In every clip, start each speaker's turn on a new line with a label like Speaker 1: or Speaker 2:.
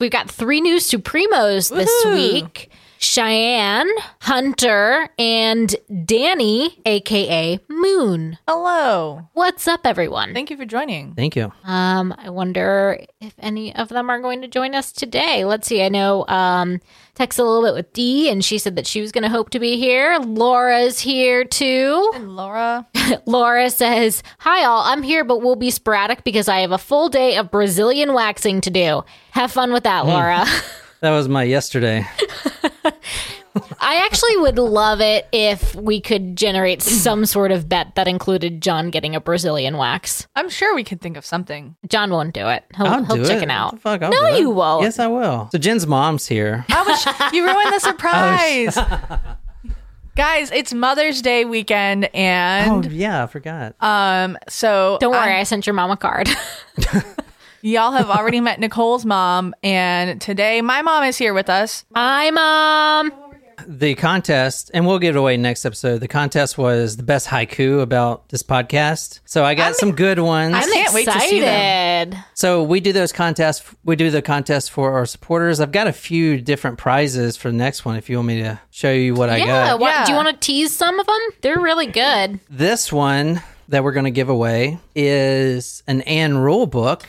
Speaker 1: We've got three new Supremos this
Speaker 2: Woohoo.
Speaker 1: week Cheyenne, Hunter, and Danny, aka Moon.
Speaker 2: Hello.
Speaker 1: What's up, everyone?
Speaker 2: Thank you for joining.
Speaker 3: Thank you.
Speaker 1: Um, I wonder if any of them are going to join us today. Let's see. I know um texted a little bit with Dee and she said that she was gonna hope to be here. Laura's here too.
Speaker 2: And Laura.
Speaker 1: Laura says, Hi, all. I'm here, but we'll be sporadic because I have a full day of Brazilian waxing to do. Have fun with
Speaker 2: Hmm.
Speaker 1: that, Laura.
Speaker 3: That was my yesterday.
Speaker 1: I actually would love it if we could generate some sort of bet that included John getting a Brazilian wax.
Speaker 2: I'm sure we can think of something.
Speaker 1: John won't do it. He'll,
Speaker 3: I'll
Speaker 1: he'll
Speaker 3: do
Speaker 1: chicken
Speaker 3: it.
Speaker 1: out.
Speaker 3: What the fuck, I'll
Speaker 1: No,
Speaker 3: do it.
Speaker 1: you won't.
Speaker 3: Yes, I will. So Jen's mom's here.
Speaker 2: I was, you ruined the surprise. Guys, it's Mother's Day weekend
Speaker 3: Oh
Speaker 2: and
Speaker 3: yeah, I forgot.
Speaker 1: uh,
Speaker 2: um so
Speaker 1: Oh. Don't worry,
Speaker 2: I-
Speaker 1: I sent your mom a card.
Speaker 2: y'all have already met Nicole's mom and today my mom is here with us.
Speaker 1: Hi, Mom.
Speaker 3: the contest, and we'll give it away next episode. The contest was the best haiku about this podcast. So I got some good ones.
Speaker 1: I'm
Speaker 2: can't wait
Speaker 1: excited.
Speaker 2: to see
Speaker 3: so we do those contests. We do the contest for our supporters. I've got a few different prizes for the next one. If you want me to show you what I
Speaker 1: yeah,
Speaker 3: got,
Speaker 1: why- Do you
Speaker 2: Yeah.
Speaker 1: want to tease some of them? They're really good.
Speaker 3: This one that we're going to give away is an Anne Rule book,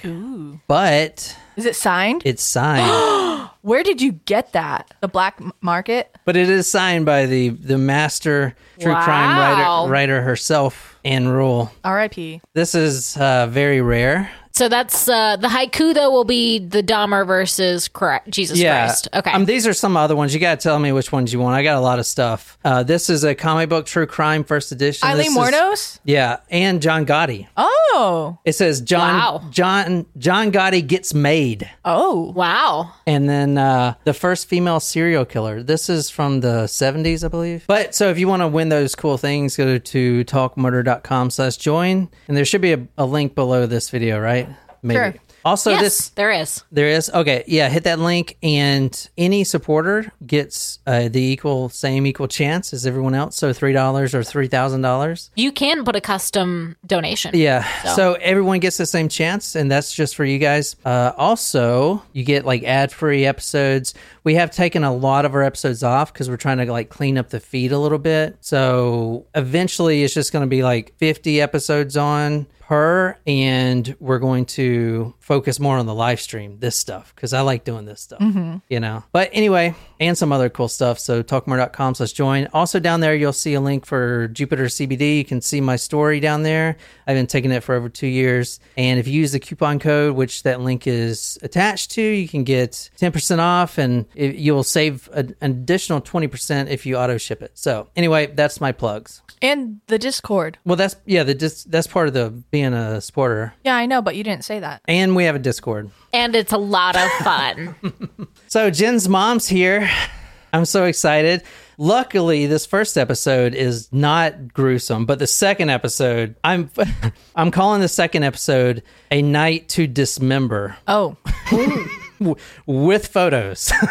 Speaker 3: but
Speaker 2: Is it signed?
Speaker 3: it's signed.
Speaker 2: Where did you get that? The black m- market?
Speaker 3: but it is signed by the the master true crime
Speaker 1: Wow.
Speaker 3: writer writer herself, Anne Rule.
Speaker 2: RIP.
Speaker 3: This is uh, very rare.
Speaker 1: So that's uh, the haiku, though, will be the Dahmer versus Christ, Jesus Christ. Okay.
Speaker 3: Um, these are some other ones. You got to tell me which ones you want. I got a lot of stuff. Uh, this is a comic book true crime first edition.
Speaker 2: Eileen
Speaker 3: This is-
Speaker 2: Mornos?
Speaker 3: Yeah, and John Gotti.
Speaker 2: Oh.
Speaker 3: It says John
Speaker 1: Wow.
Speaker 3: John John Gotti gets made.
Speaker 2: Oh.
Speaker 1: wow.
Speaker 3: And then uh, the first female serial killer. This is from the 70s, I believe. But so if you want to win those cool things, go to talkmurder.com slash join. And there should be a, a link below this video, right? Maybe.
Speaker 2: Sure.
Speaker 3: Also,
Speaker 1: yes,
Speaker 3: this
Speaker 1: there is.
Speaker 3: there is. Okay. Yeah. Hit that link. And any supporter gets uh, the equal, same equal chance as everyone else. So $3 or $3,000.
Speaker 1: You can put a custom donation.
Speaker 3: Yeah. So. everyone gets the same chance, and that's just for you guys. Uh, also, you get like ad free episodes. We have taken a lot of our episodes off because we're trying to like clean up the feed a little bit. So eventually, it's just going to be like 50 episodes on per, and we're going to focus more on the live stream, this stuff, because I like doing this stuff, you know. But anyway, and some other cool stuff. So talkmore.com slash join. Also down there, you'll see a link for Jupiter CBD. You can see my story down there. I've been taking it for over two years. And if you use the coupon code, which that link is attached to, you can get 10% off and it, you'll save a- an additional 20% if you auto ship it. So anyway, that's my plugs.
Speaker 2: And the Discord.
Speaker 3: Well, that's, yeah, the, dis- that's part of the being a supporter.
Speaker 2: Yeah, I know, but you didn't say that.
Speaker 3: And we have a Discord.
Speaker 1: And it's a lot of fun.
Speaker 3: So Jen's mom's here. I'm so excited. Luckily, this first episode is not gruesome, but the second episode, I'm I'm calling the second episode a night to dismember
Speaker 2: Oh.
Speaker 3: w- with photos.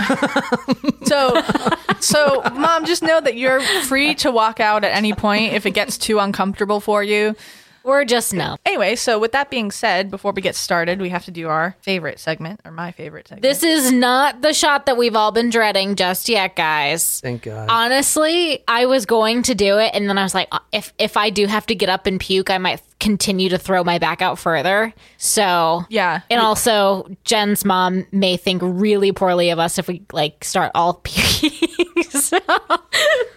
Speaker 2: So, so mom, just know that you're free to walk out at any point if it gets too uncomfortable for you.
Speaker 1: or just no.
Speaker 2: Anyway, so with that being said, before we get started, we have to do our favorite segment or my favorite segment.
Speaker 1: This is not the shot that we've all been dreading just yet, guys.
Speaker 3: Thank God.
Speaker 1: Uh, Honestly, I was going to do it, and then I was like, "Uh, if if I do have to get up and puke, I might continue to throw my back out further. So
Speaker 2: Yeah.
Speaker 1: and also Jen's mom may think really poorly of us if we like start all puking. So-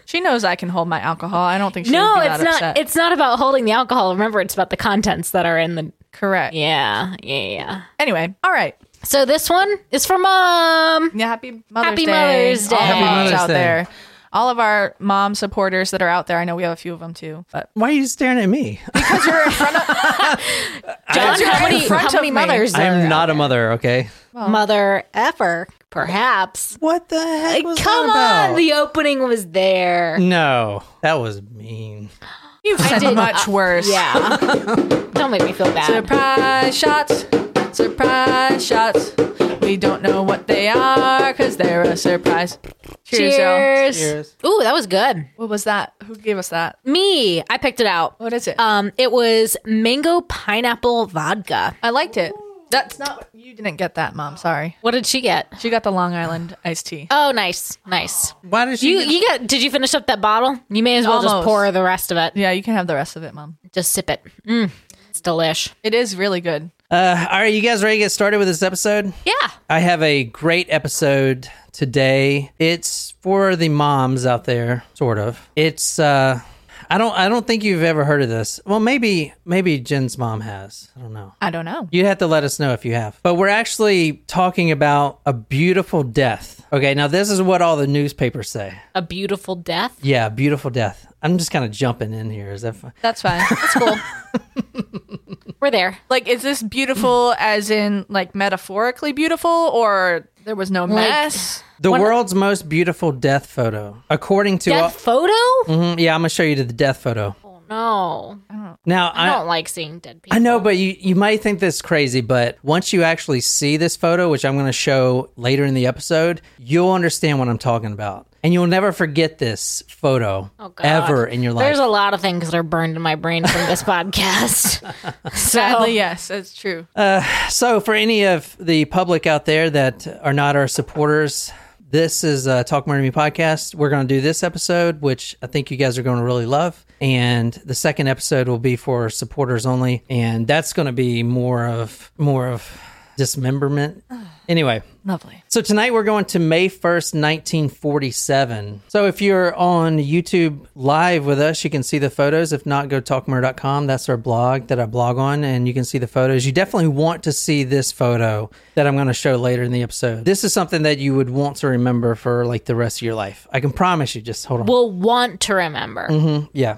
Speaker 2: she knows I can hold my alcohol. I don't think she
Speaker 1: no,
Speaker 2: would be
Speaker 1: it's
Speaker 2: that
Speaker 1: not.
Speaker 2: upset.
Speaker 1: It's not about holding the alcohol. Remember, it's about the contents that are in the.
Speaker 2: correct.
Speaker 1: Yeah, yeah, yeah.
Speaker 2: Anyway, all right.
Speaker 1: So this one is for mom.
Speaker 2: Yeah, happy Mother's
Speaker 1: Happy
Speaker 2: Day.
Speaker 1: Mother's
Speaker 2: All
Speaker 1: Day.
Speaker 2: the moms
Speaker 3: Happy Mother's
Speaker 2: out
Speaker 3: Day.
Speaker 2: there. All of our mom supporters that are out there. I know we have a few of them too, but
Speaker 3: Why are you staring at me?
Speaker 2: because you're in front of
Speaker 1: John,
Speaker 2: you're
Speaker 1: how
Speaker 2: in
Speaker 1: many,
Speaker 2: front
Speaker 1: how
Speaker 2: of
Speaker 1: many
Speaker 2: me.
Speaker 1: mothers?
Speaker 3: I
Speaker 1: are
Speaker 3: am not a mother, okay?
Speaker 1: mother ever, perhaps.
Speaker 3: What the heck was
Speaker 1: Come
Speaker 3: that
Speaker 1: on,
Speaker 3: about?
Speaker 1: the opening was there.
Speaker 3: no, that was mean.
Speaker 2: you've said
Speaker 1: did-
Speaker 2: much worse.
Speaker 1: Yeah, don't make me feel bad.
Speaker 2: Surprise shots, surprise shots. We don't know what they are because they're a surprise. Cheers. y'all.
Speaker 1: Cheers.
Speaker 3: Cheers.
Speaker 1: Ooh, that was good.
Speaker 2: What was that? Who gave us that?
Speaker 1: Me, I picked it out.
Speaker 2: What is it?
Speaker 1: Um, it was mango pineapple vodka.
Speaker 2: I liked it. That's not what you didn't get that, mom. Sorry.
Speaker 1: What did she get?
Speaker 2: She got the Long Island iced tea.
Speaker 1: Oh, nice, nice.
Speaker 3: Why did she?
Speaker 1: You
Speaker 3: get-
Speaker 1: you got? Did you finish up that bottle? You may as well just
Speaker 2: Almost.
Speaker 1: pour the rest of it.
Speaker 2: Yeah, you can have the rest of it, mom.
Speaker 1: Just sip it. Mm, it's delish.
Speaker 2: It is really good.
Speaker 3: uh, all right, you guys ready to get started with this episode?
Speaker 1: Yeah.
Speaker 3: I have a great episode today. It's for the moms out there, sort of. It's uh I don't I don't think you've ever heard of this. Well, maybe maybe Jen's mom has. I don't know.
Speaker 2: I don't know.
Speaker 3: You'd have to let us know if you have. But we're actually talking about a beautiful death. Okay, now this is what all the newspapers say.
Speaker 1: A beautiful death.
Speaker 3: Yeah, beautiful death. I'm just kind of jumping in here. Is that fine?
Speaker 2: That's fine. That's cool.
Speaker 1: We're there.
Speaker 2: like, is this beautiful as in like metaphorically beautiful, or there was no mess?
Speaker 3: The world's most beautiful death photo, according to.
Speaker 1: Death photo?
Speaker 3: Mhm, yeah, I'm gonna show you to the death photo.
Speaker 1: Oh, no,
Speaker 3: Now
Speaker 1: I don't like seeing dead people.
Speaker 3: I know, but you, you might think this is crazy, but once you actually see this photo, which I'm going to show later in the episode, you'll understand what I'm talking about. And you'll never forget this photo
Speaker 1: Oh, God.
Speaker 3: ever in your life.
Speaker 1: There's a lot of things that are burned in my brain from this podcast. so
Speaker 2: Sadly, yes, that's true.
Speaker 1: Uh,
Speaker 3: so, for any of the public out there that are not our supporters, this is a Talk Murder Me podcast. We're going to do this episode, which I think you guys are going to really love. And the second episode will be for supporters only. And that's going to be more of, more of, dismemberment anyway
Speaker 2: Lovely.
Speaker 3: So tonight we're going to May 1st, 1947. So if you're on YouTube live with us, you can see the photos. If not, go talkmore.com. That's our blog that I blog on, and you can see the photos. You definitely want to see this photo that I'm going to show later in the episode. This is something that you would want to remember for like the rest of your life. I can promise you. Just hold on.
Speaker 1: we'll want to remember.
Speaker 3: Mm-hmm. yeah.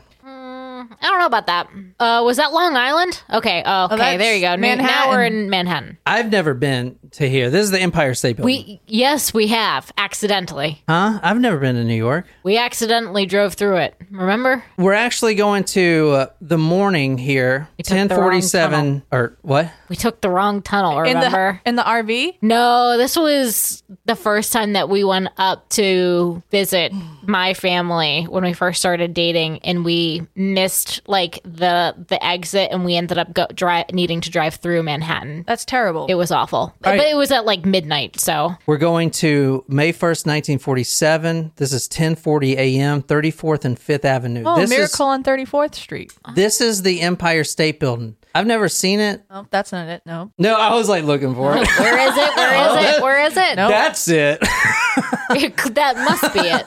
Speaker 1: I don't know about that. Uh, was that Long Island? Okay. Oh, okay.
Speaker 2: that's
Speaker 1: there you go. N- Now
Speaker 2: Manhattan.
Speaker 1: we're in Manhattan.
Speaker 3: I've never been to here. This is the Empire State Building.
Speaker 1: We yes, we have accidentally.
Speaker 3: huh? I've never been to New York.
Speaker 1: We accidentally drove through it. Remember?
Speaker 3: We're actually going to uh, the morning here,
Speaker 1: took the wrong
Speaker 3: 1047 or what?
Speaker 1: We took the wrong tunnel.
Speaker 2: In
Speaker 1: Remember?
Speaker 2: the in the RV.
Speaker 1: no, this was the first time that we went up to visit my family when we first started dating, and we missed like the the exit, and we ended up go, dri needing to drive through Manhattan.
Speaker 2: That's terrible.
Speaker 1: It was awful, but it was at like midnight, so
Speaker 3: We're going to May 1st, 1947. This is 10:40 a.m., 34th and 5th Avenue.
Speaker 2: oh,
Speaker 3: this
Speaker 2: Miracle on Thirty Fourth Street. Uh,
Speaker 3: is this is the Empire State Building. I've never seen it.
Speaker 2: Oh, that's not it. No.
Speaker 3: No, I was like looking for it.
Speaker 1: Where is it? Where
Speaker 3: Oh.
Speaker 1: is it? Where is it?
Speaker 3: that's it.
Speaker 1: that must be it.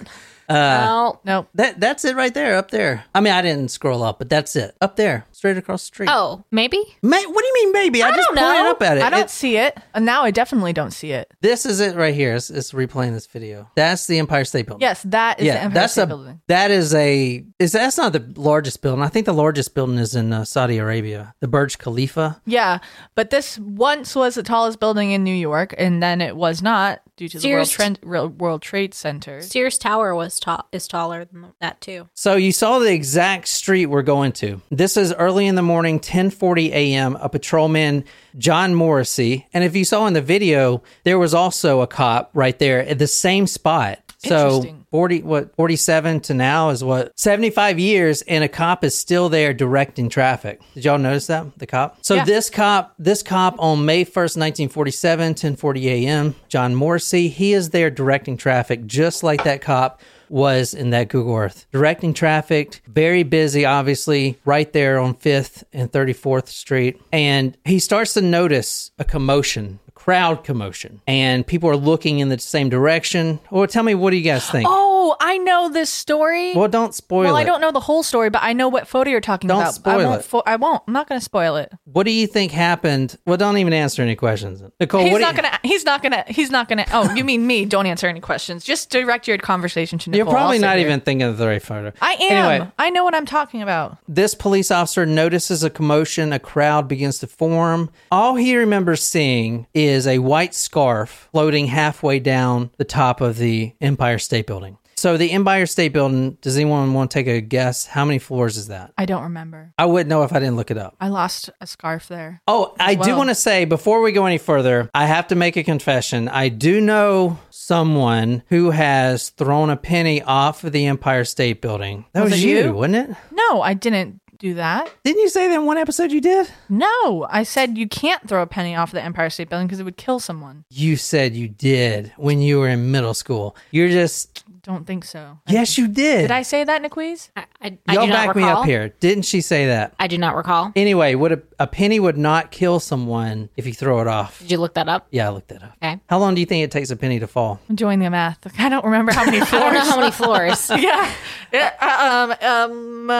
Speaker 3: Uh.
Speaker 1: no.
Speaker 2: Nope.
Speaker 3: that that's it right there up there. I mean, I didn't scroll up, but that's it. Up there, straight across the street.
Speaker 1: Oh, maybe.
Speaker 3: May, what do you mean maybe? I, just
Speaker 1: don't
Speaker 3: pointed
Speaker 1: know.
Speaker 3: up at it.
Speaker 2: I don't
Speaker 3: It's-
Speaker 2: see it. And now I definitely don't see it.
Speaker 3: this is it right here. It's, it's replaying this video. That's the Empire State Building.
Speaker 2: Yes, that is the
Speaker 3: yeah,
Speaker 2: Empire
Speaker 3: that's
Speaker 2: State
Speaker 3: a
Speaker 2: Building.
Speaker 3: that is a is that's not the largest building. I think the largest building is in uh, Saudi Arabia, the Burj Khalifa.
Speaker 2: Yeah, but this once was the tallest building in New York, and then it was not due to the World,
Speaker 1: Sears-
Speaker 2: Trend, Real- World Trade Center.
Speaker 1: Sears Tower was tall is taller than that too.
Speaker 3: So you saw the exact street we're going to. This is early in the morning, 10:40 a.m. A patrolman, John Morrissey, and if you saw in the video, there was also a cop right there at the same spot. So
Speaker 2: Interesting.
Speaker 3: 40 what 47 to now is what 75 years and a cop is still there directing traffic. Did y'all notice that? The cop? So this cop, this cop on May 1st, 1947, 10:40 a.m., John Morrissey, he is there directing traffic just like that cop was in that Google Earth. Directing traffic, very busy, obviously, right there on 5th and 34th Street. And he starts to notice a commotion, a crowd commotion, and people are looking in the same direction. Well, tell me, what do you guys think?
Speaker 2: Oh, I know this story.
Speaker 3: Well, don't spoil
Speaker 2: Well, I
Speaker 3: it.
Speaker 2: don't know the whole story, but I know what photo you're talking
Speaker 3: Don't
Speaker 2: about.
Speaker 3: spoil
Speaker 2: I won't.
Speaker 3: it.
Speaker 2: Fo- I won't. I'm not going to spoil it.
Speaker 3: What do you think happened? Well, don't even answer any questions. Nicole,
Speaker 2: He's
Speaker 3: what do
Speaker 2: not
Speaker 3: you,
Speaker 2: going to. He's not going to. He's not going to. Oh, you mean me? Don't answer any questions. Just direct your conversation to
Speaker 3: you're
Speaker 2: Nicole. I'll
Speaker 3: probably
Speaker 2: sit
Speaker 3: not
Speaker 2: here.
Speaker 3: even thinking of the right photo.
Speaker 2: I am.
Speaker 3: Anyway,
Speaker 2: I know what I'm talking about.
Speaker 3: this police officer notices a commotion, a crowd begins to form. All he remembers seeing is a white scarf floating halfway down the top of the Empire State Building. So, the Empire State Building, does anyone want to take a guess? How many floors is that?
Speaker 2: I don't remember.
Speaker 3: I wouldn't know if I didn't look it up.
Speaker 2: I lost a scarf there.
Speaker 3: Oh, I do
Speaker 2: well.
Speaker 3: want to say before we go any further, I have to make a confession. I do know someone who has thrown a penny off of the Empire State Building. That was,
Speaker 2: it
Speaker 3: you,
Speaker 2: you?
Speaker 3: wasn't it?
Speaker 2: No, I didn't. do that.
Speaker 3: Didn't you say that in one episode you did?
Speaker 2: No, I said you can't throw a penny off the Empire State Building because it would kill someone.
Speaker 3: You said you did when you were in middle school. You're just
Speaker 2: Don't think so.
Speaker 3: yes, you did.
Speaker 2: Did I say that in a quiz?
Speaker 1: I, I, I
Speaker 3: Y'all
Speaker 1: do not
Speaker 3: back
Speaker 1: recall.
Speaker 3: me up here. Didn't she say that?
Speaker 1: I do not recall.
Speaker 3: Anyway, would a, a penny would not kill someone if you throw it off?
Speaker 1: Did you look that up?
Speaker 3: Yeah, I looked that up.
Speaker 1: Okay.
Speaker 3: How long do you think it takes a penny to fall?
Speaker 2: I'm doing the math. I don't remember how many
Speaker 1: I don't know
Speaker 2: floors.
Speaker 1: how many floors.
Speaker 2: yeah. yeah. uh, Um. Um. Uh,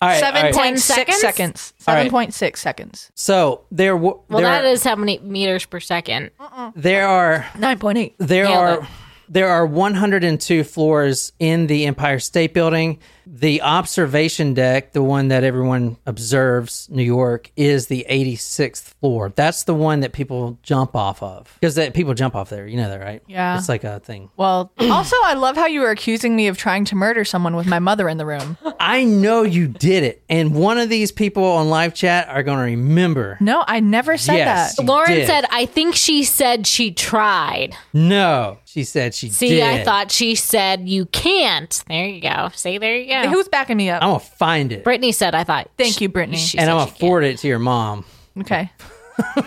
Speaker 3: All right, all
Speaker 2: 7.6
Speaker 3: right.
Speaker 1: 10
Speaker 2: seconds.
Speaker 3: All right.
Speaker 2: Seven point six seconds.
Speaker 3: So there, w-
Speaker 1: Well,
Speaker 3: there,
Speaker 1: that is how many meters per second.
Speaker 3: there are
Speaker 2: Nine point eight.
Speaker 3: there
Speaker 1: Nailed
Speaker 3: are
Speaker 1: it.
Speaker 3: there are 102 floors in the Empire State Building. The observation deck, the one that everyone observes New York, is the 86th floor. That's the one that people jump off of because that people jump off there. You know that, right?
Speaker 2: Yeah.
Speaker 3: it's like a thing.
Speaker 2: Well, also, I love how you were accusing me of trying to murder someone with my mother in the room.
Speaker 3: I know you did it, and one of these people on live chat are going to remember.
Speaker 2: No, I never said
Speaker 3: Yes.
Speaker 2: that.
Speaker 1: Lauren
Speaker 3: did.
Speaker 1: said, I think she said she tried.
Speaker 3: No, she said she
Speaker 1: See,
Speaker 3: did.
Speaker 1: I thought she said you can't. There you go. See, there you go.
Speaker 2: Who's backing me up?
Speaker 3: I'm gonna find it
Speaker 1: Brittany said, I thought.
Speaker 2: Thank you, Brittany.
Speaker 3: and
Speaker 1: said
Speaker 3: I'm gonna
Speaker 1: she can't.
Speaker 3: forward it to your mom.
Speaker 2: Okay.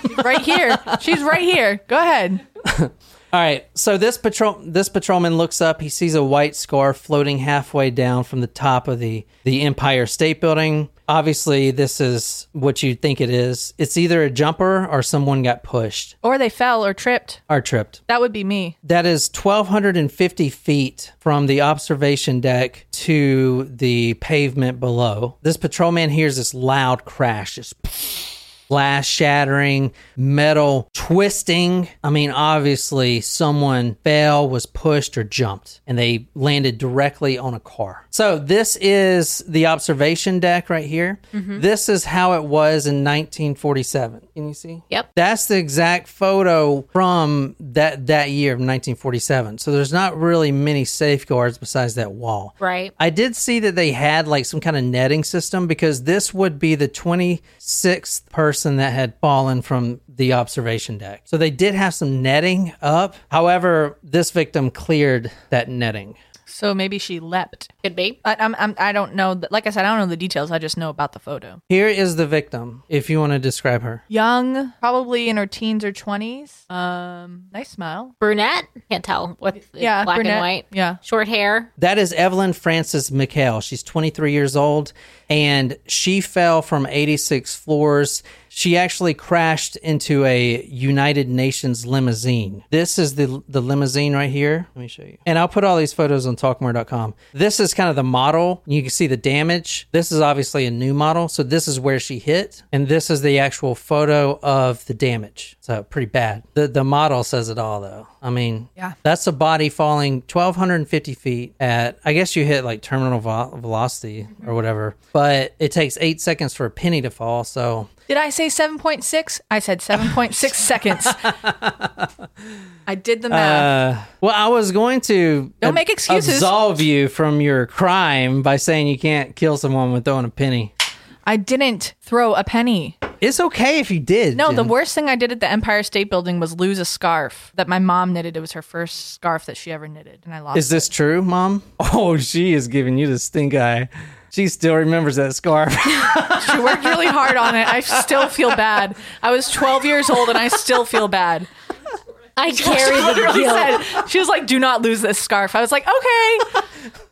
Speaker 2: She's right here. She's right here. Go ahead.
Speaker 3: All right. So this patrol this patrolman looks up. He sees a white scarf floating halfway down from the top of the the Empire State Building. Obviously, this is what you think it is. It's either a jumper or someone got pushed
Speaker 2: Or they fell or tripped.
Speaker 3: or tripped.
Speaker 2: That would be me.
Speaker 3: That is 1,250 feet from the observation deck to the pavement below. This patrolman hears this loud crash, just glass shattering, metal twisting. I mean, obviously, someone fell, was pushed, or jumped, and they landed directly on a car. So, this is the observation deck right here. This is how it was in 1947. Can you see?
Speaker 1: Yep.
Speaker 3: That's the exact photo from that that year of 1947. So there's not really many safeguards besides that wall.
Speaker 1: Right.
Speaker 3: I did see that they had like some kind of netting system because this would be the 26th person that had fallen from the observation deck. So they did have some netting up. However, this victim cleared that netting.
Speaker 2: So maybe she leapt.
Speaker 1: Could be.
Speaker 2: I, I'm, I'm, I don't know. th- Like I said, I don't know the details. I just know about the photo.
Speaker 3: Here is the victim if you want to describe her.
Speaker 2: Young, probably in her teens or 20s. Um, Nice smile.
Speaker 1: Brunette? Can't tell. What?
Speaker 2: Yeah.
Speaker 1: Black
Speaker 2: brunette.
Speaker 1: and white.
Speaker 2: Yeah.
Speaker 1: Short hair.
Speaker 3: That is Evelyn Frances McHale. She's 23 years old and she fell from 86 floors. She actually crashed into a United Nations limousine. This is the the limousine right here. Let me show you. And I'll put all these photos on talkmore.com. This is kind of the model. You can see the damage. This is obviously a new model, so this is where she hit and this is the actual photo of the damage. So pretty bad. The the model says it all though. I mean,
Speaker 2: Yeah.
Speaker 3: that's a body falling 1,250 feet at, I guess you hit like terminal vo- velocity or
Speaker 2: Mm-hmm.
Speaker 3: whatever, but it takes eight seconds for a penny to fall. So
Speaker 2: Did I say 7.6? I said 7.6 seconds. I did the math.
Speaker 3: Uh, well, I was going to
Speaker 2: Don't make excuses.
Speaker 3: Absolve you from your crime by saying you can't kill someone with throwing a penny.
Speaker 2: I didn't throw a penny.
Speaker 3: It's okay if you did.
Speaker 2: No, the
Speaker 3: Jen.
Speaker 2: worst thing I did at the Empire State Building was lose a scarf that my mom knitted. It was her first scarf that she ever knitted, and I lost.
Speaker 3: is this true, Mom? Oh, she is giving you the stink eye. She still remembers that scarf.
Speaker 2: it. She worked really hard on it. I still feel bad. I was 12 years old, and I still feel bad.
Speaker 1: I carry the
Speaker 2: She
Speaker 1: guilt.
Speaker 2: said she was like, "Do not lose this scarf." I was like, "Okay."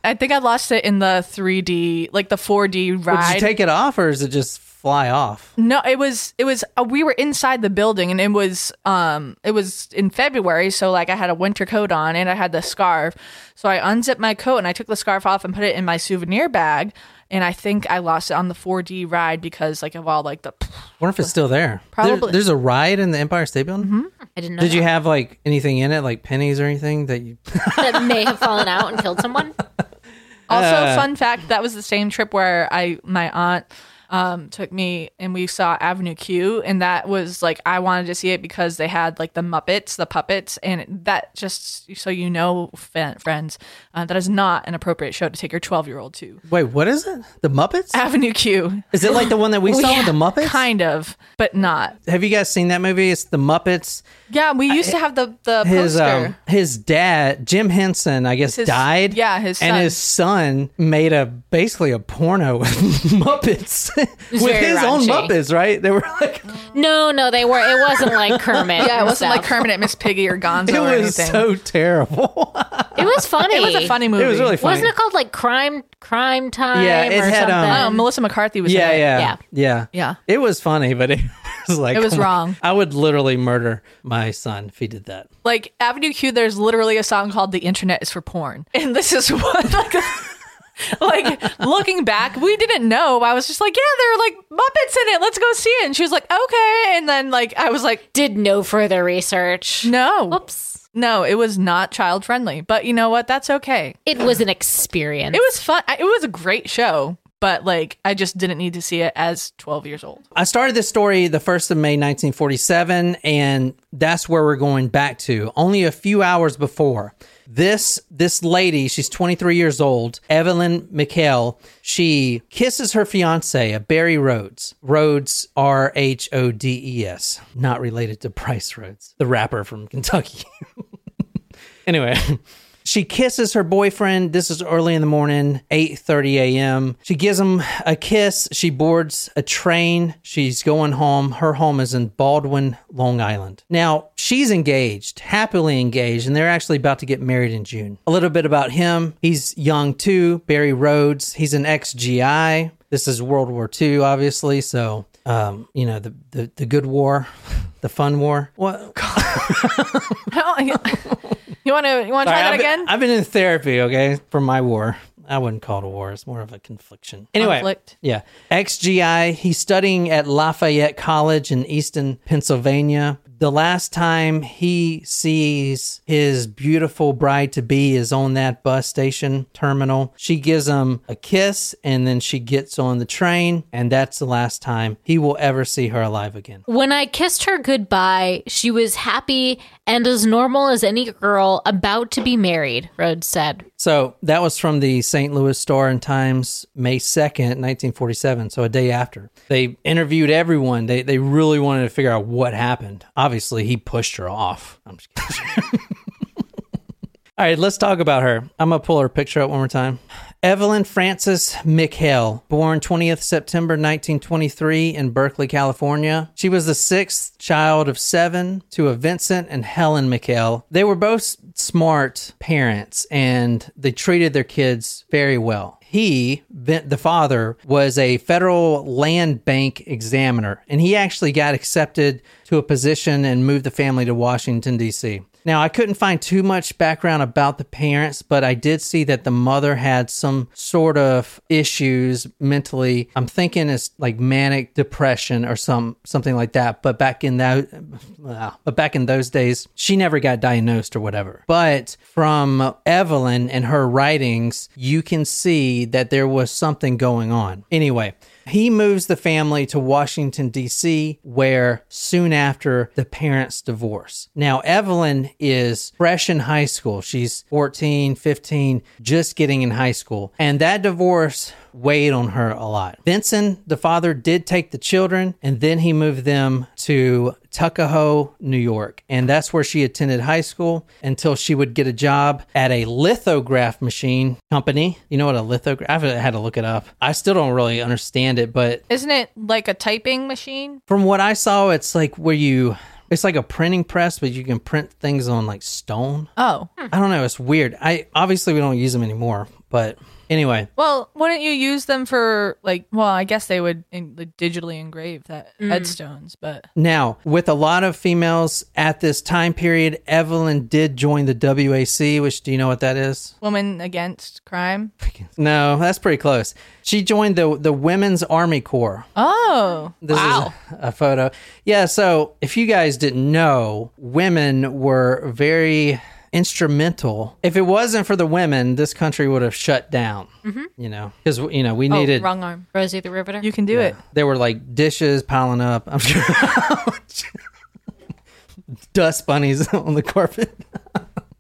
Speaker 2: I think I lost it in the 3D, like the 4D
Speaker 3: Did
Speaker 2: ride.
Speaker 3: you take it off, or does it just fly off?
Speaker 2: No, it was it was uh, we were inside the building and it was um it was in February, so like I had a winter coat on and I had the scarf. So I unzipped my coat and I took the scarf off and put it in my souvenir bag and I think I lost it on the 4D ride because like of all like the
Speaker 3: wonder if it's still there. There-
Speaker 2: Probably.
Speaker 3: there's a ride in the Empire State Building.
Speaker 1: I didn't know
Speaker 3: Did you have like anything in it, like pennies or anything that you?
Speaker 1: that may have fallen out and killed someone.
Speaker 3: Uh.
Speaker 2: Also, fun fact: that was the same trip where I, my aunt, um, took me and we saw Avenue Q, and that was like I wanted to see it because they had like the Muppets, the puppets, and that just so you know, fan- friends, uh, that is not an appropriate show to take your twelve year old to.
Speaker 3: Wait, what is it? The Muppets?
Speaker 2: Avenue Q,
Speaker 3: Is it like the one that we saw with the Muppets?
Speaker 2: kind of, but not.
Speaker 3: Have you guys seen that movie? It's the Muppets.
Speaker 2: Yeah, we used to have the the
Speaker 3: His
Speaker 2: poster.
Speaker 3: um, his dad, Jim Henson, I guess,
Speaker 2: His-
Speaker 3: died.
Speaker 2: yeah, his
Speaker 3: and
Speaker 2: son.
Speaker 3: his son made a basically a porno with Muppets, with
Speaker 1: very
Speaker 3: his own
Speaker 1: raunchy.
Speaker 3: Muppets. Right? They were like,
Speaker 1: No, no, they were. It wasn't like Kermit.
Speaker 2: yeah, it
Speaker 1: and
Speaker 2: wasn't like
Speaker 1: stuff.
Speaker 2: Kermit at Miss Piggy or Gonzo
Speaker 3: it
Speaker 2: or
Speaker 3: was
Speaker 2: anything.
Speaker 3: so terrible.
Speaker 1: It was funny.
Speaker 2: it was a funny movie.
Speaker 3: it was really funny.
Speaker 1: Wasn't it called like crime crime time?
Speaker 3: Yeah, it
Speaker 1: or
Speaker 3: had, um,
Speaker 1: something?
Speaker 2: Oh, Melissa McCarthy was.
Speaker 3: yeah,
Speaker 2: in it.
Speaker 3: yeah,
Speaker 1: Yeah.
Speaker 3: yeah, yeah,
Speaker 2: Yeah.
Speaker 3: It was funny, but it was like
Speaker 2: It was
Speaker 3: come on.
Speaker 2: wrong.
Speaker 3: I would literally murder my son if he did that.
Speaker 2: like Avenue Q, there's literally a song called "The Internet Is for Porn," and this is what like. like looking back, we didn't know. I was just like, "Yeah, there are like Muppets in it. Let's go see it." And she was like, "Okay." And then like I was like,
Speaker 1: Did no further research.
Speaker 2: "No,
Speaker 1: Oops.
Speaker 2: no, it was not child friendly." But you know what? That's okay.
Speaker 1: It was an experience.
Speaker 2: It was fun. I- It was a great show, but like I just didn't need to see it as 12 years old.
Speaker 3: I started this story the 1st of May 1947, and that's where we're going back to. Only a few hours before. This this lady, she's 23 years old, Evelyn McHale, she kisses her fiance, a Barry Rhodes. Rhodes R H O D E S. Not related to Price Rhodes, the rapper from Kentucky. anyway she kisses her boyfriend this is early in the morning 8.30 a.m she gives him a kiss she boards a train she's going home her home is in baldwin long island now she's engaged happily engaged and they're actually about to get married in june a little bit about him he's young too barry rhodes he's an ex-gi this is world war ii obviously so um, you know the, the, the good war the fun war what
Speaker 2: I don't- you want to you want to try
Speaker 3: Sorry,
Speaker 2: that
Speaker 3: I've been-
Speaker 2: again?
Speaker 3: I've been in therapy, okay, for my war. I wouldn't call it a war. It's more of a confliction. Anyway,
Speaker 2: Conflict.
Speaker 3: yeah. XGI, he's studying at Lafayette College in Easton, Pennsylvania. The last time he sees his beautiful bride to be is on that bus station terminal. She gives him a kiss and then she gets on the train, and that's the last time he will ever see her alive again.
Speaker 1: When I kissed her goodbye, she was happy and as normal as any girl about to be married, Rhodes said.
Speaker 3: So that was from the St. Louis Star and Times, May 2nd, 1947. So a day after. They interviewed everyone. They, they really wanted to figure out what happened. Obviously, he pushed her off. I'm just kidding. All right, let's talk about her. I'm going to pull her picture up one more time. Evelyn Frances McHale, born 20th September 1923 in Berkeley, California. She was the sixth child of seven to a Vincent and Helen McHale. They were both smart parents and they treated their kids very well. He, Vin- the father, was a federal land bank examiner, and he actually got accepted to a position and moved the family to Washington, D.C. Now, I couldn't find too much background about the parents, but I did see that the mother had some sort of issues mentally. I'm thinking it's like manic depression or some something like that. But back in that, but back in those days, she never got diagnosed or whatever. But from Evelyn and her writings, you can see that there was something going on. Anyway, he moves the family to Washington, D.C., where soon after the parents divorce. Now, Evelyn is fresh in high school. She's 14, 15, just getting in high school. And that divorce weighed on her a lot. Vincent, the father, did take the children and then he moved them to Tuckahoe, New York. And that's where she attended high school until she would get a job at a lithograph machine company. You know what a lithograph? I've had to look it up. I still don't really understand it, but
Speaker 2: Isn't it like a typing machine?
Speaker 3: from what I saw, it's like where you, it's like a printing press, but you can print things on like stone.
Speaker 2: Oh,
Speaker 3: I don't know. It's weird. I obviously we don't use them anymore, but anyway,
Speaker 2: Well, wouldn't you use them for like? Well, I guess they would in, like, digitally engrave that
Speaker 1: Mm.
Speaker 2: headstones, but
Speaker 3: Now, with a lot of females at this time period, Evelyn did join the WAC, which do you know what that is?
Speaker 2: women against crime.
Speaker 3: No, that's pretty close. She joined the the Women's Army Corps.
Speaker 2: Oh,
Speaker 3: This
Speaker 2: wow!
Speaker 3: is a, a photo. Yeah, so if you guys didn't know, women were very instrumental. If it wasn't for the women, this country would have shut down. You know, because you know we needed.
Speaker 2: Mm-hmm. Oh, wrong arm.
Speaker 1: Rosie the Riveter.
Speaker 2: You can do it.
Speaker 3: There were like dishes piling up. I'm sure. Dust bunnies on the carpet.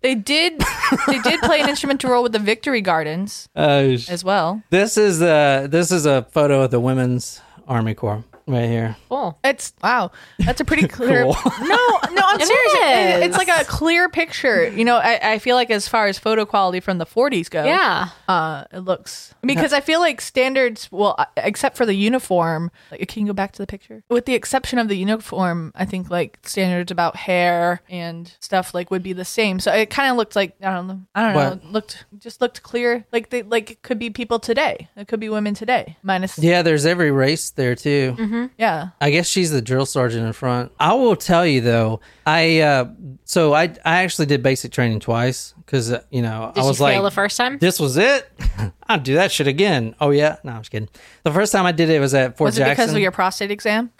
Speaker 2: They did. they did play an instrumental role with the Victory Gardens
Speaker 3: Oh,
Speaker 2: as well.
Speaker 3: this is the this is a photo of the women's army corps right here.
Speaker 1: Cool.
Speaker 2: It's wow. That's a pretty clear.
Speaker 3: Cool.
Speaker 2: No, no, I'm
Speaker 1: It
Speaker 2: serious. It-
Speaker 1: is.
Speaker 2: it's like a clear picture. You know, I, I feel like as far as photo quality from the 40s go,
Speaker 1: Yeah.
Speaker 2: uh, it looks because I feel like standards. Well, uh, except for the uniform, like, can you go back to the picture? With the exception of the uniform, I think like standards about hair and stuff like would be the same. So it kind of looked like I don't know. I don't
Speaker 3: What?
Speaker 2: know. Looked just looked clear. Like they like it could be people today. It could be women today. Minus yeah.
Speaker 3: Yeah, there's every race there too.
Speaker 1: Mm-hmm.
Speaker 3: I guess she's the drill sergeant in front. I will tell you though, I uh, so I I actually did basic training twice because uh, you know
Speaker 1: Did
Speaker 3: I was
Speaker 1: you fail
Speaker 3: like
Speaker 1: the first time?
Speaker 3: this was it. I'd do that shit again. Oh yeah, no, I'm just kidding. The first time I did it was at Fort
Speaker 2: Was it
Speaker 3: Jackson.
Speaker 2: because of your prostate exam?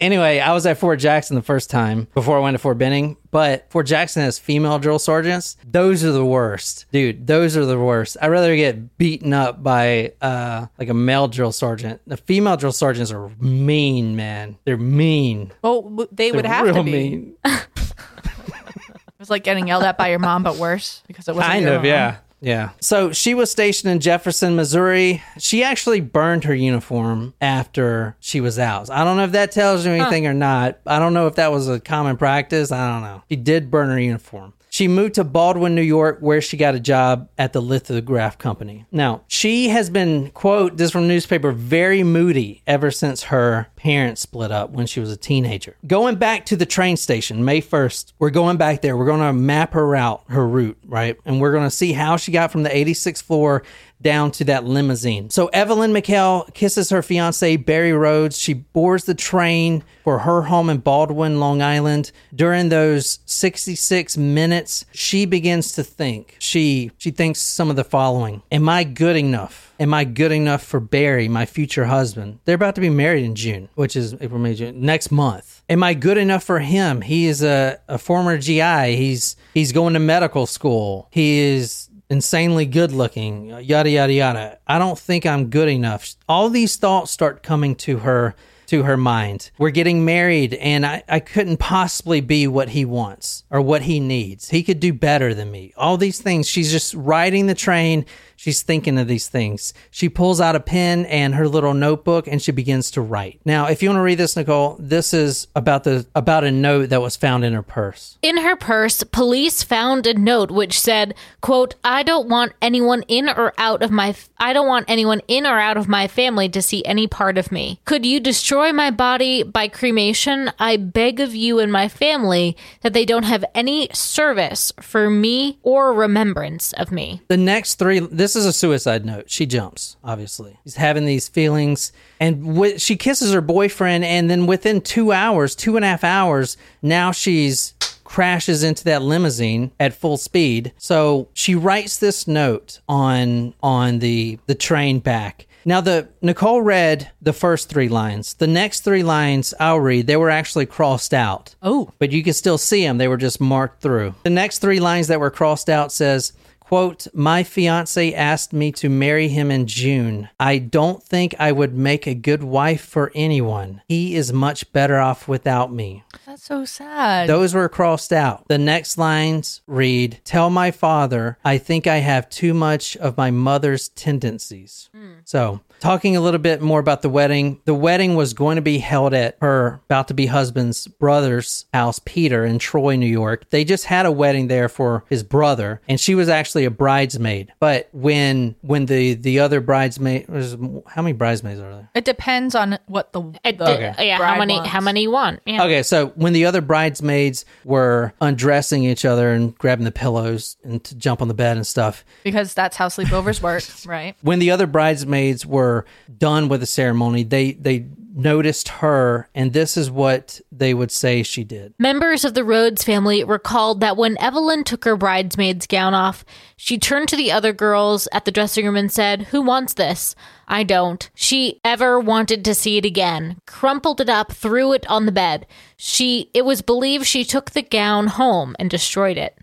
Speaker 3: anyway, I was at Fort Jackson the first time before I went to Fort Benning. But Fort Jackson has female drill sergeants. Those are the worst, dude. Those are the worst. I'd rather get beaten up by uh, like a male drill sergeant. The female drill sergeants are mean, man. They're mean.
Speaker 2: Well, w- they would
Speaker 3: They're
Speaker 2: have
Speaker 3: real
Speaker 2: to be.
Speaker 3: mean.
Speaker 2: It was like getting yelled at by your mom, but worse because it wasn't
Speaker 3: kind
Speaker 2: your
Speaker 3: of
Speaker 2: mom.
Speaker 3: yeah yeah so she was stationed in jefferson missouri she actually burned her uniform after she was out i don't know if that tells you anything or not i don't know if that was a common practice i don't know she did burn her uniform she moved to Baldwin, New York, where she got a job at the lithograph company. Now, she has been, quote, this from newspaper, very moody ever since her parents split up when she was a teenager. Going back to the train station, May 1st, we're going back there. We're going to map her out, her route, right? And we're going to see how she got from the 86th floor down to that limousine. So Evelyn McHale kisses her fiance, Barry Rhodes. She boards the train for her home in Baldwin, Long Island. During those 66 minutes, she begins to think. She she thinks some of the following. Am I good enough? Am I good enough for Barry, my future husband? They're about to be married in June, which is April, May, June, next month. Am I good enough for him? He is a, a former GI. He's he's going to medical school. He is insanely good looking, yada yada yada. I don't think I'm good enough. All these thoughts start coming to her to her mind. We're getting married and I, I couldn't possibly be what he wants or what he needs. He could do better than me. All these things. She's just riding the train. She's thinking of these things. She pulls out a pen and her little notebook and she begins to write. Now, if you want to read this, Nicole, this is about the about a note that was found in her purse.
Speaker 1: In her purse, police found a note which said, quote, I don't want anyone in or out of my I don't want anyone in or out of my family to see any part of me. Could you destroy my body by cremation? I beg of you and my family that they don't have any service for me or remembrance of me.
Speaker 3: The next three, this is a suicide note. She jumps, obviously. She's having these feelings. And wi- she kisses her boyfriend. And then within two hours, two and a half hours, now she's crashes into that limousine at full speed. So she writes this note on on the the train back. Now the Nicole read the first three lines. The next three lines I'll read. They were actually crossed out.
Speaker 2: Oh.
Speaker 3: But you can still see them. They were just marked through. The next three lines that were crossed out says, quote, My fiance asked me to marry him in June. I don't think I would make a good wife for anyone. He is much better off without me.
Speaker 2: That's so sad.
Speaker 3: Those were crossed out. The next lines read Tell my father, I think I have too much of my mother's tendencies. So, talking a little bit more about the wedding, the wedding was going to be held at her about to be husband's brother's house, Peter, in Troy, New York. They just had a wedding there for his brother, and she was actually a bridesmaid. But when when the the other bridesmaid, was, how many bridesmaids are there?
Speaker 2: It depends on what the,
Speaker 1: It-
Speaker 2: the
Speaker 1: Uh, Yeah, how
Speaker 2: bride
Speaker 1: many
Speaker 2: wants.
Speaker 1: how many you want? Yeah.
Speaker 3: Okay, so when the other bridesmaids were undressing each other and grabbing the pillows and to jump on the bed and stuff,
Speaker 2: because that's how sleepovers work, right?
Speaker 3: when the other bridesmaids were done with the ceremony, they they noticed her, and this is what they would say she did.
Speaker 1: Members of the Rhodes family recalled that when Evelyn took her bridesmaid's gown off, she turned to the other girls at the dressing room and said, Who wants this? I don't. She ever wanted to see it again, crumpled it up, threw it on the bed. She it was believed she took the gown home and destroyed it.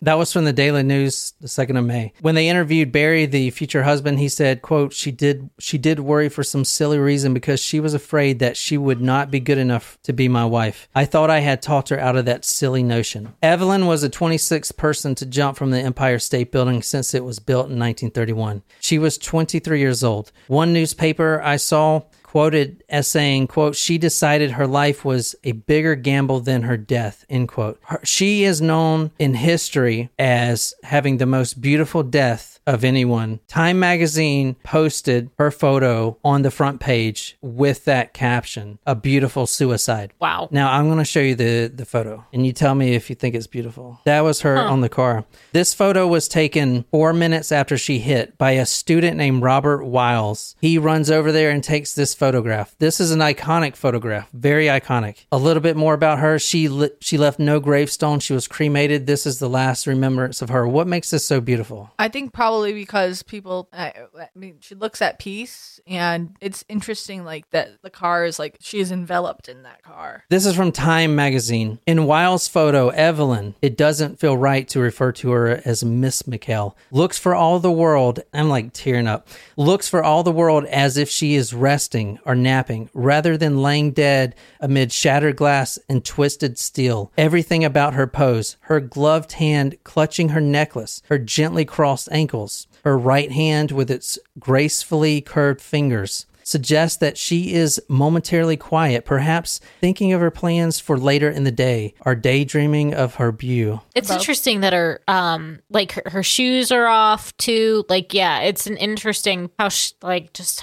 Speaker 3: That was from the Daily News, the second of May. When they interviewed Barry, the future husband, he said, "quote She did she did worry for some silly reason because she was afraid that she would not be good enough to be my wife. I thought I had talked her out of that silly notion." Evelyn was the 26th person to jump from the Empire State Building since it was built in 1931. She was 23 years old. One newspaper I saw quoted as saying quote she decided her life was a bigger gamble than her death end quote her, she is known in history as having the most beautiful death of anyone time magazine posted her photo on the front page with that caption a beautiful suicide
Speaker 1: Wow.
Speaker 3: now I'm going to show you the the photo, and you tell me if you think it's beautiful. That was her on the car. This photo was taken four minutes after she hit by a student named Robert Wiles. He runs over there and takes this photograph. This is an iconic photograph, very iconic. A little bit more about her. She li- she left no gravestone. She was cremated. This is the last remembrance of her. What makes this so beautiful?
Speaker 2: I think probably because people, I, I mean, she looks at peace, and it's interesting, like that the car is like she is enveloped in that car.
Speaker 3: This is from Time magazine. In Wiles' photo, Evelyn, it doesn't feel right to refer to her as Miss McHale, looks for all the world, I'm like tearing up, looks for all the world as if she is resting or napping rather than laying dead amid shattered glass and twisted steel. Everything about her pose, her gloved hand clutching her necklace, her gently crossed ankles, her right hand with its gracefully curved fingers suggests that she is momentarily quiet, perhaps thinking of her plans for later in the day or daydreaming of her beau.
Speaker 1: It's interesting that her um like her, her shoes are off too. Like yeah, it's an interesting how she like just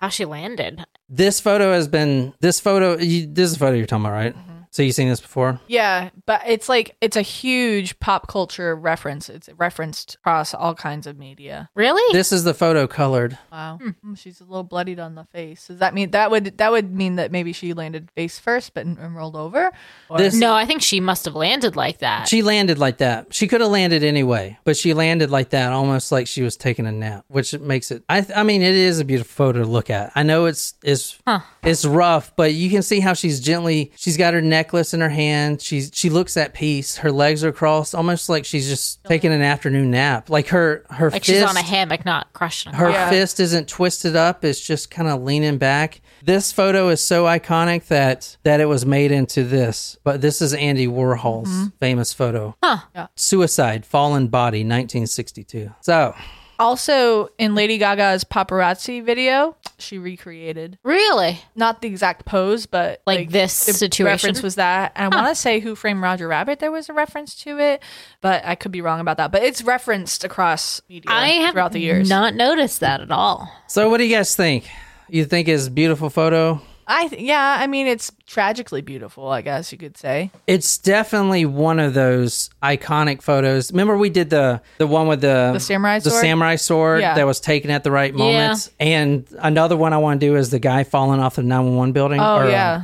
Speaker 1: how she landed.
Speaker 3: This photo has been this photo. You, this is the photo you're talking about, right? So you've seen this before?
Speaker 2: Mm-hmm. Yeah, but it's like it's a huge pop culture reference. It's referenced across all kinds of media.
Speaker 1: Really?
Speaker 3: This is the photo colored.
Speaker 2: Wow, Mm, she's a little bloodied on the face. Does that mean that would that would mean that maybe she landed face first, but and rolled over? Or-
Speaker 3: This
Speaker 1: no, I think she must have landed like that.
Speaker 3: she landed like that. She could have landed anyway, but she landed like that, almost like she was taking a nap, which makes it. I, I mean, it is a beautiful photo to look at. I know it's it's it's rough, but you can see how she's gently. She's got her necklace in her hand. She's she looks at peace. Her legs are crossed, almost like she's just taking an afternoon nap. Like her her
Speaker 1: like
Speaker 3: fist,
Speaker 1: she's on a hammock, not crushing.
Speaker 3: her
Speaker 2: Yeah.
Speaker 3: fist isn't twisted up it's just kind of leaning back this photo is so iconic that that it was made into this but this is andy warhol's
Speaker 1: Mm-hmm.
Speaker 3: famous photo
Speaker 1: Huh.
Speaker 2: Yeah.
Speaker 3: suicide fallen body 1962 so
Speaker 2: also, in Lady Gaga's paparazzi video, she recreated
Speaker 1: Really?
Speaker 2: not the exact pose, but
Speaker 1: Like this
Speaker 2: the
Speaker 1: situation?
Speaker 2: reference was that. And I want to say Who Framed Roger Rabbit. There was a reference to it, but I could be wrong about that. But it's referenced across media
Speaker 1: I have
Speaker 2: throughout the years.
Speaker 1: not noticed that at all.
Speaker 3: so what do you guys think you think it's a beautiful photo
Speaker 2: I th- yeah, I mean it's tragically beautiful. I guess you could say.
Speaker 3: it's definitely one of those iconic photos. Remember, we did the the one with the
Speaker 2: The samurai
Speaker 3: the
Speaker 2: sword?
Speaker 3: samurai sword
Speaker 2: Yeah.
Speaker 3: that was taken at the right moments. And another one I want to do is the guy falling off the nine one one building.
Speaker 2: Oh
Speaker 3: or, um,
Speaker 2: yeah,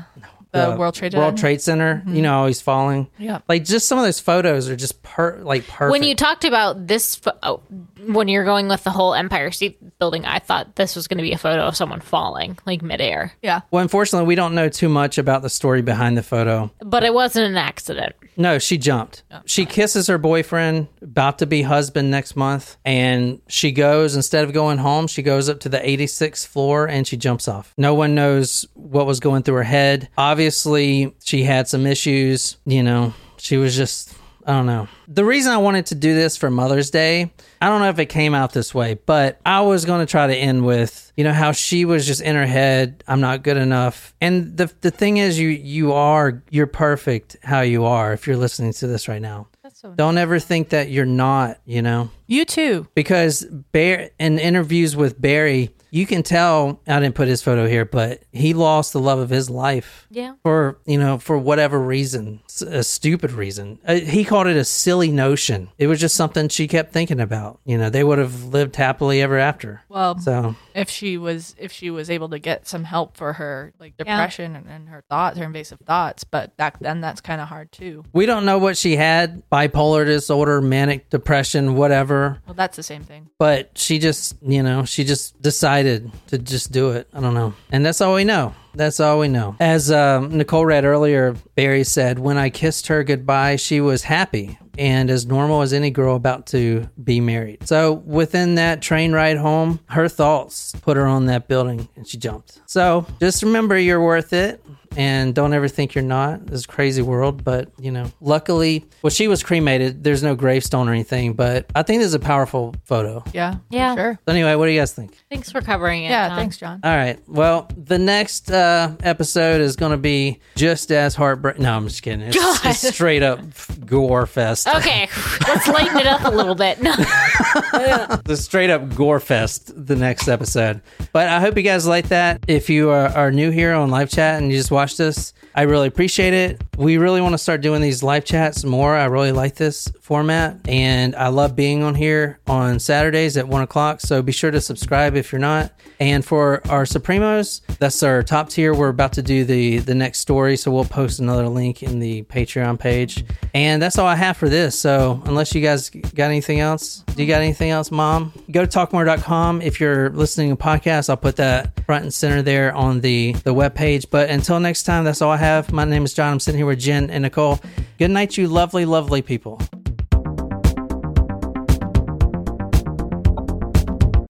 Speaker 2: the, World Trade
Speaker 3: World
Speaker 2: Center. Mm-hmm.
Speaker 3: Trade Center. You know, how he's falling.
Speaker 2: Yeah.
Speaker 3: like just some of those photos are just per like perfect.
Speaker 1: When you talked about this, pho- oh, when you're going with the whole Empire State Building, I thought this was going to be a photo of someone falling, like midair.
Speaker 2: yeah,
Speaker 3: well, unfortunately, we don't know too much about the story behind the photo.
Speaker 1: But it wasn't an accident.
Speaker 3: No, she jumped. She kisses her boyfriend, about to be husband next month, and she goes instead of going home, she goes up to the 86th floor and she jumps off. No one knows what was going through her head. Obviously, she had some issues, you know. She was just I don't know. The reason I wanted to do this for Mother's Day, I don't know if it came out this way, but I was going to try to end with, you know, how she was just in her head, I'm not good enough. And the the thing is you you are you're perfect how you are if you're listening to this right now. don't ever think that you're not, you know
Speaker 2: you too.
Speaker 3: because Bear in interviews with Barry, you can tell I didn't put his photo here, but he lost the love of his life.
Speaker 1: Yeah.
Speaker 3: For you know, for whatever reason, S- a stupid reason. Uh, he called it a silly notion. It was just something she kept thinking about. You know, they would have lived happily ever after.
Speaker 2: Well,
Speaker 3: So
Speaker 2: Um, if she was if she was able to get some help for her like depression and, and her thoughts, her invasive thoughts. But back then, that's kind of hard too.
Speaker 3: We don't know what she had bipolar disorder, manic depression, whatever.
Speaker 2: Well, that's the same thing.
Speaker 3: But she just, you know, she just decided to just do it. I don't know. And that's all we know. That's all we know. As um, Nicole read earlier, Barry said, When I kissed her goodbye, she was happy and as normal as any girl about to be married. So within that train ride home, her thoughts put her on that building and she jumped. So just remember you're worth it and don't ever think you're not. This is a crazy world, but you know, luckily, well, she was cremated. There's no gravestone or anything, but I think this is a powerful photo.
Speaker 2: Yeah. for
Speaker 1: Yeah.
Speaker 2: Sure.
Speaker 3: So anyway, what do you guys think?
Speaker 1: Thanks for covering it.
Speaker 2: Yeah.
Speaker 1: Tom.
Speaker 2: Thanks, John.
Speaker 3: All right. Well, the next uh, episode is going to be just as heartbreak. No, I'm just kidding. It's, it's straight up gore fest.
Speaker 1: Okay, let's lighten it up a little bit. No.
Speaker 3: the straight up gore fest the next episode. But I hope you guys like that. If you are, are new here on live chat and you just watched this, I really appreciate it. We really want to start doing these live chats more. I really like this format and I love being on here on Saturdays at one o'clock. So be sure to subscribe if you're not. And for our Supremos, that's our top tier. We're about to do the the next story, so we'll post another link in the Patreon page. And that's all I have for this. So unless you guys got anything else, do you got anything else, Mom? Go to talkmore.com if you're listening to podcasts. I'll put that front and center there on the the web page. But until next time, that's all I have. My name is John. I'm sitting here with Jen and Nicole. Good night, you lovely, lovely people.